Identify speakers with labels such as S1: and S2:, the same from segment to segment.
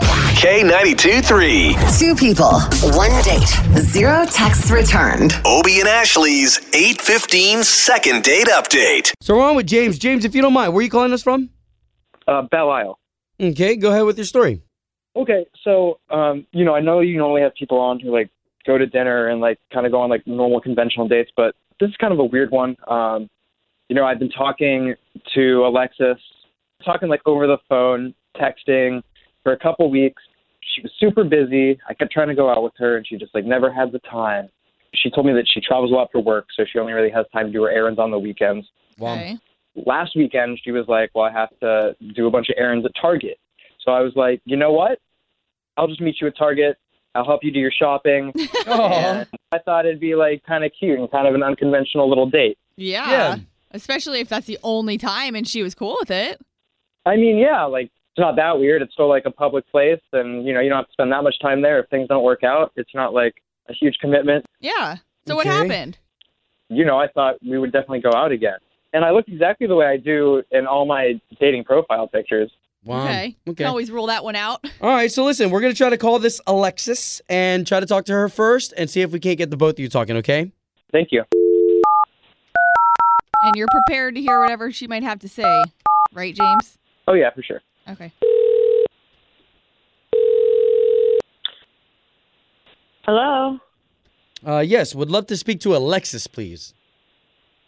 S1: K92 3.
S2: Two people, one date, zero texts returned.
S1: Obie and Ashley's 815 second date update.
S3: So we're on with James. James, if you don't mind, where are you calling us from?
S4: Uh, Belle Isle.
S3: Okay, go ahead with your story.
S4: Okay, so um, you know, I know you normally have people on who like go to dinner and like kind of go on like normal conventional dates, but this is kind of a weird one. Um, you know, I've been talking to Alexis, talking like over the phone, texting for a couple weeks. She was super busy. I kept trying to go out with her, and she just like never had the time. She told me that she travels a lot for work, so she only really has time to do her errands on the weekends.
S5: Okay.
S4: last weekend she was like, "Well, I have to do a bunch of errands at Target." So I was like, "You know what? I'll just meet you at Target. I'll help you do your shopping."
S3: Oh,
S4: I thought it'd be like kind of cute and kind of an unconventional little date.
S5: Yeah.
S3: Yeah.
S5: Especially if that's the only time and she was cool with it.
S4: I mean, yeah, like it's not that weird. It's still like a public place, and you know, you don't have to spend that much time there if things don't work out. It's not like a huge commitment.
S5: Yeah. So what
S3: Okay.
S5: happened?
S4: You know, I thought we would definitely go out again. And I looked exactly the way I do in all my dating profile pictures.
S3: wow.
S5: Okay.
S3: Okay.
S5: Can always rule that one out.
S3: All right. So listen, we're gonna try to call this Alexis and try to talk to her first and see if we can't get the both of you talking. Okay.
S4: Thank you.
S5: And you're prepared to hear whatever she might have to say. Right, James?
S4: Oh yeah, for sure.
S5: Okay.
S6: Hello.
S3: Uh, yes. Would love to speak to Alexis, please.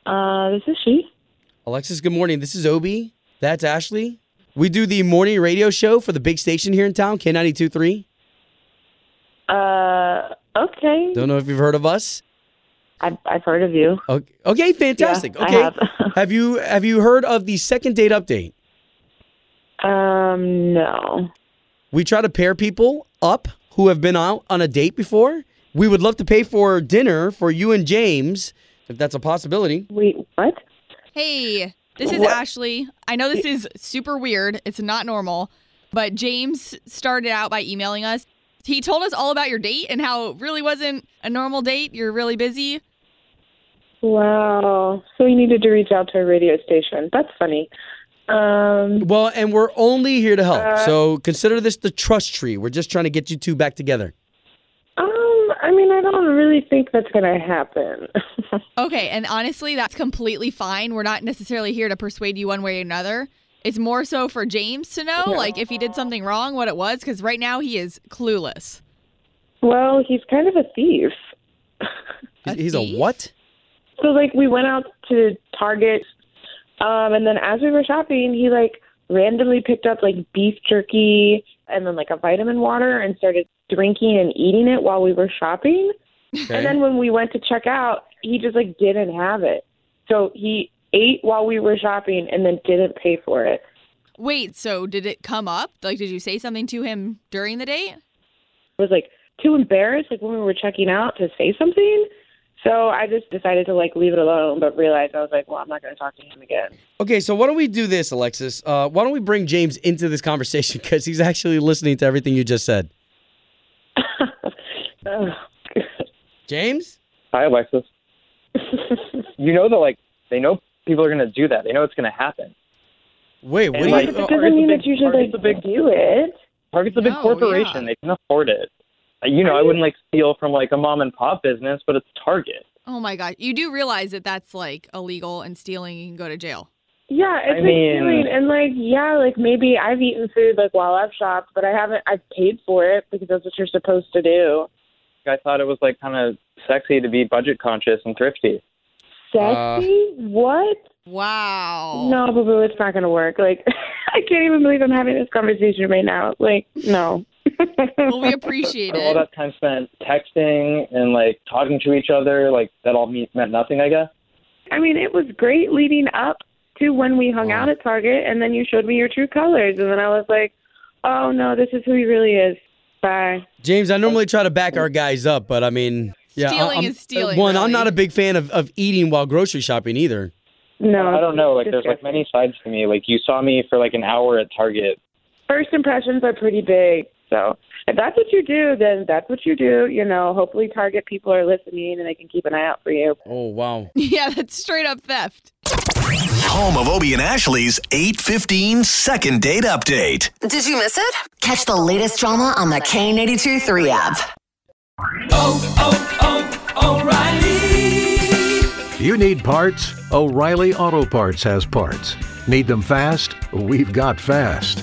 S6: Uh, this is she.
S3: Alexis, good morning. This is Obi. That's Ashley. We do the morning radio show for the big station here in town, K92.3.
S6: Uh, okay.
S3: Don't know if you've heard of us.
S6: I've, I've heard of you.
S3: O- Okay, fantastic.
S6: Yeah, I
S3: okay.
S6: have.
S3: Have you have you heard of the second date update?
S6: Um, no.
S3: We try to pair people up who have been out on a date before. We would love to pay for dinner for you and James, if that's a possibility.
S6: Wait, what?
S5: Hey, this is
S6: What?
S5: Ashley. I know this is super weird. It's not normal, but James started out by emailing us. He told us all about your date and how it really wasn't a normal date. You're really busy.
S6: Wow. So you needed to reach out to a radio station. That's funny. Um,
S3: Well, and we're only here to help. so consider this the trust tree. We're just trying to get you two back together.
S6: um, I mean, I don't really think that's going to happen.
S5: Okay, and honestly, that's completely fine. We're not necessarily here to persuade you one way or another. It's more so for James to know, like, if he did something wrong, what it was, because right now he is clueless.
S6: well, he's kind of a thief.
S3: He's-
S5: A
S3: He's a
S5: thief?
S3: what?
S6: So like we went out to Target, um, and then as we were shopping, he like randomly picked up like beef jerky and then like a vitamin water and started drinking and eating it while we were shopping. And then when we went to check out, he just like didn't have it. So he ate while we were shopping and then didn't pay for it.
S5: Wait, so did it come up? Like, did you say something to him during the date?
S6: I was like too embarrassed like when we were checking out to say something. So I just decided to like leave it alone, but realized I was like, well, I'm not going to talk to him again.
S3: Okay, so why don't we do this, Alexis? Uh, why don't we bring James into this conversation because he's actually listening to everything you just said.
S6: Ugh.
S3: James?
S4: Hi, Alexis. you know that like they know people are gonna do that. They know it's gonna happen.
S3: Wait, what
S4: And,
S3: do you?
S4: like-
S6: but
S4: Oh,
S6: that
S4: it's
S6: doesn't
S4: a
S6: mean
S4: big-
S6: that you should
S4: or it's
S6: like
S4: a big-
S6: do it.
S4: Target's a big
S5: No,
S4: corporation.
S5: yeah.
S4: They can afford it. Uh, You know, I wouldn't like steal from like a mom and pop business, but it's Target.
S5: Oh my God. You do realize that that's like illegal and stealing, you can go to jail.
S6: Yeah, it's
S4: I
S6: like
S4: mean-
S6: doing and like yeah, like maybe I've eaten food like while I've shopped, but I haven't. I've paid for it because that's what you're supposed to do.
S4: I thought it was like kind of sexy to be budget conscious and thrifty.
S6: Sexy? what?
S5: Wow.
S6: No, boo boo, it's not gonna work. Like I can't even believe I'm having this conversation right now. Like no.
S5: Well, we appreciate
S4: All
S5: it.
S4: that time spent texting and like talking to each other, like that all me- meant nothing, I guess.
S6: I mean, it was great leading up to when we hung out at Target, and then you showed me your true colors, and then I was like, oh no, this is who he really is. Bye.
S3: James, I normally try to back our guys up, but I mean, yeah, I-
S5: Stealing
S3: I'm-
S5: is stealing,
S3: One, I'm
S5: really.
S3: not a big fan of, of eating while grocery shopping either.
S6: No,
S4: I don't know. Like, there's like
S6: disgusting.
S4: many sides to me. Like, you saw me for like an hour at Target.
S6: First impressions are pretty big, so if that's what you do, then that's what you do. You know, hopefully Target people are listening and they can keep an eye out for you.
S3: Oh wow.
S5: Yeah, that's straight up theft.
S1: Home of Obie and Ashley's 815 second date update.
S2: Did you miss it? Catch the latest drama on the K82 3 app.
S7: You need parts? O'Reilly Auto Parts has parts. Need them fast? We've got fast.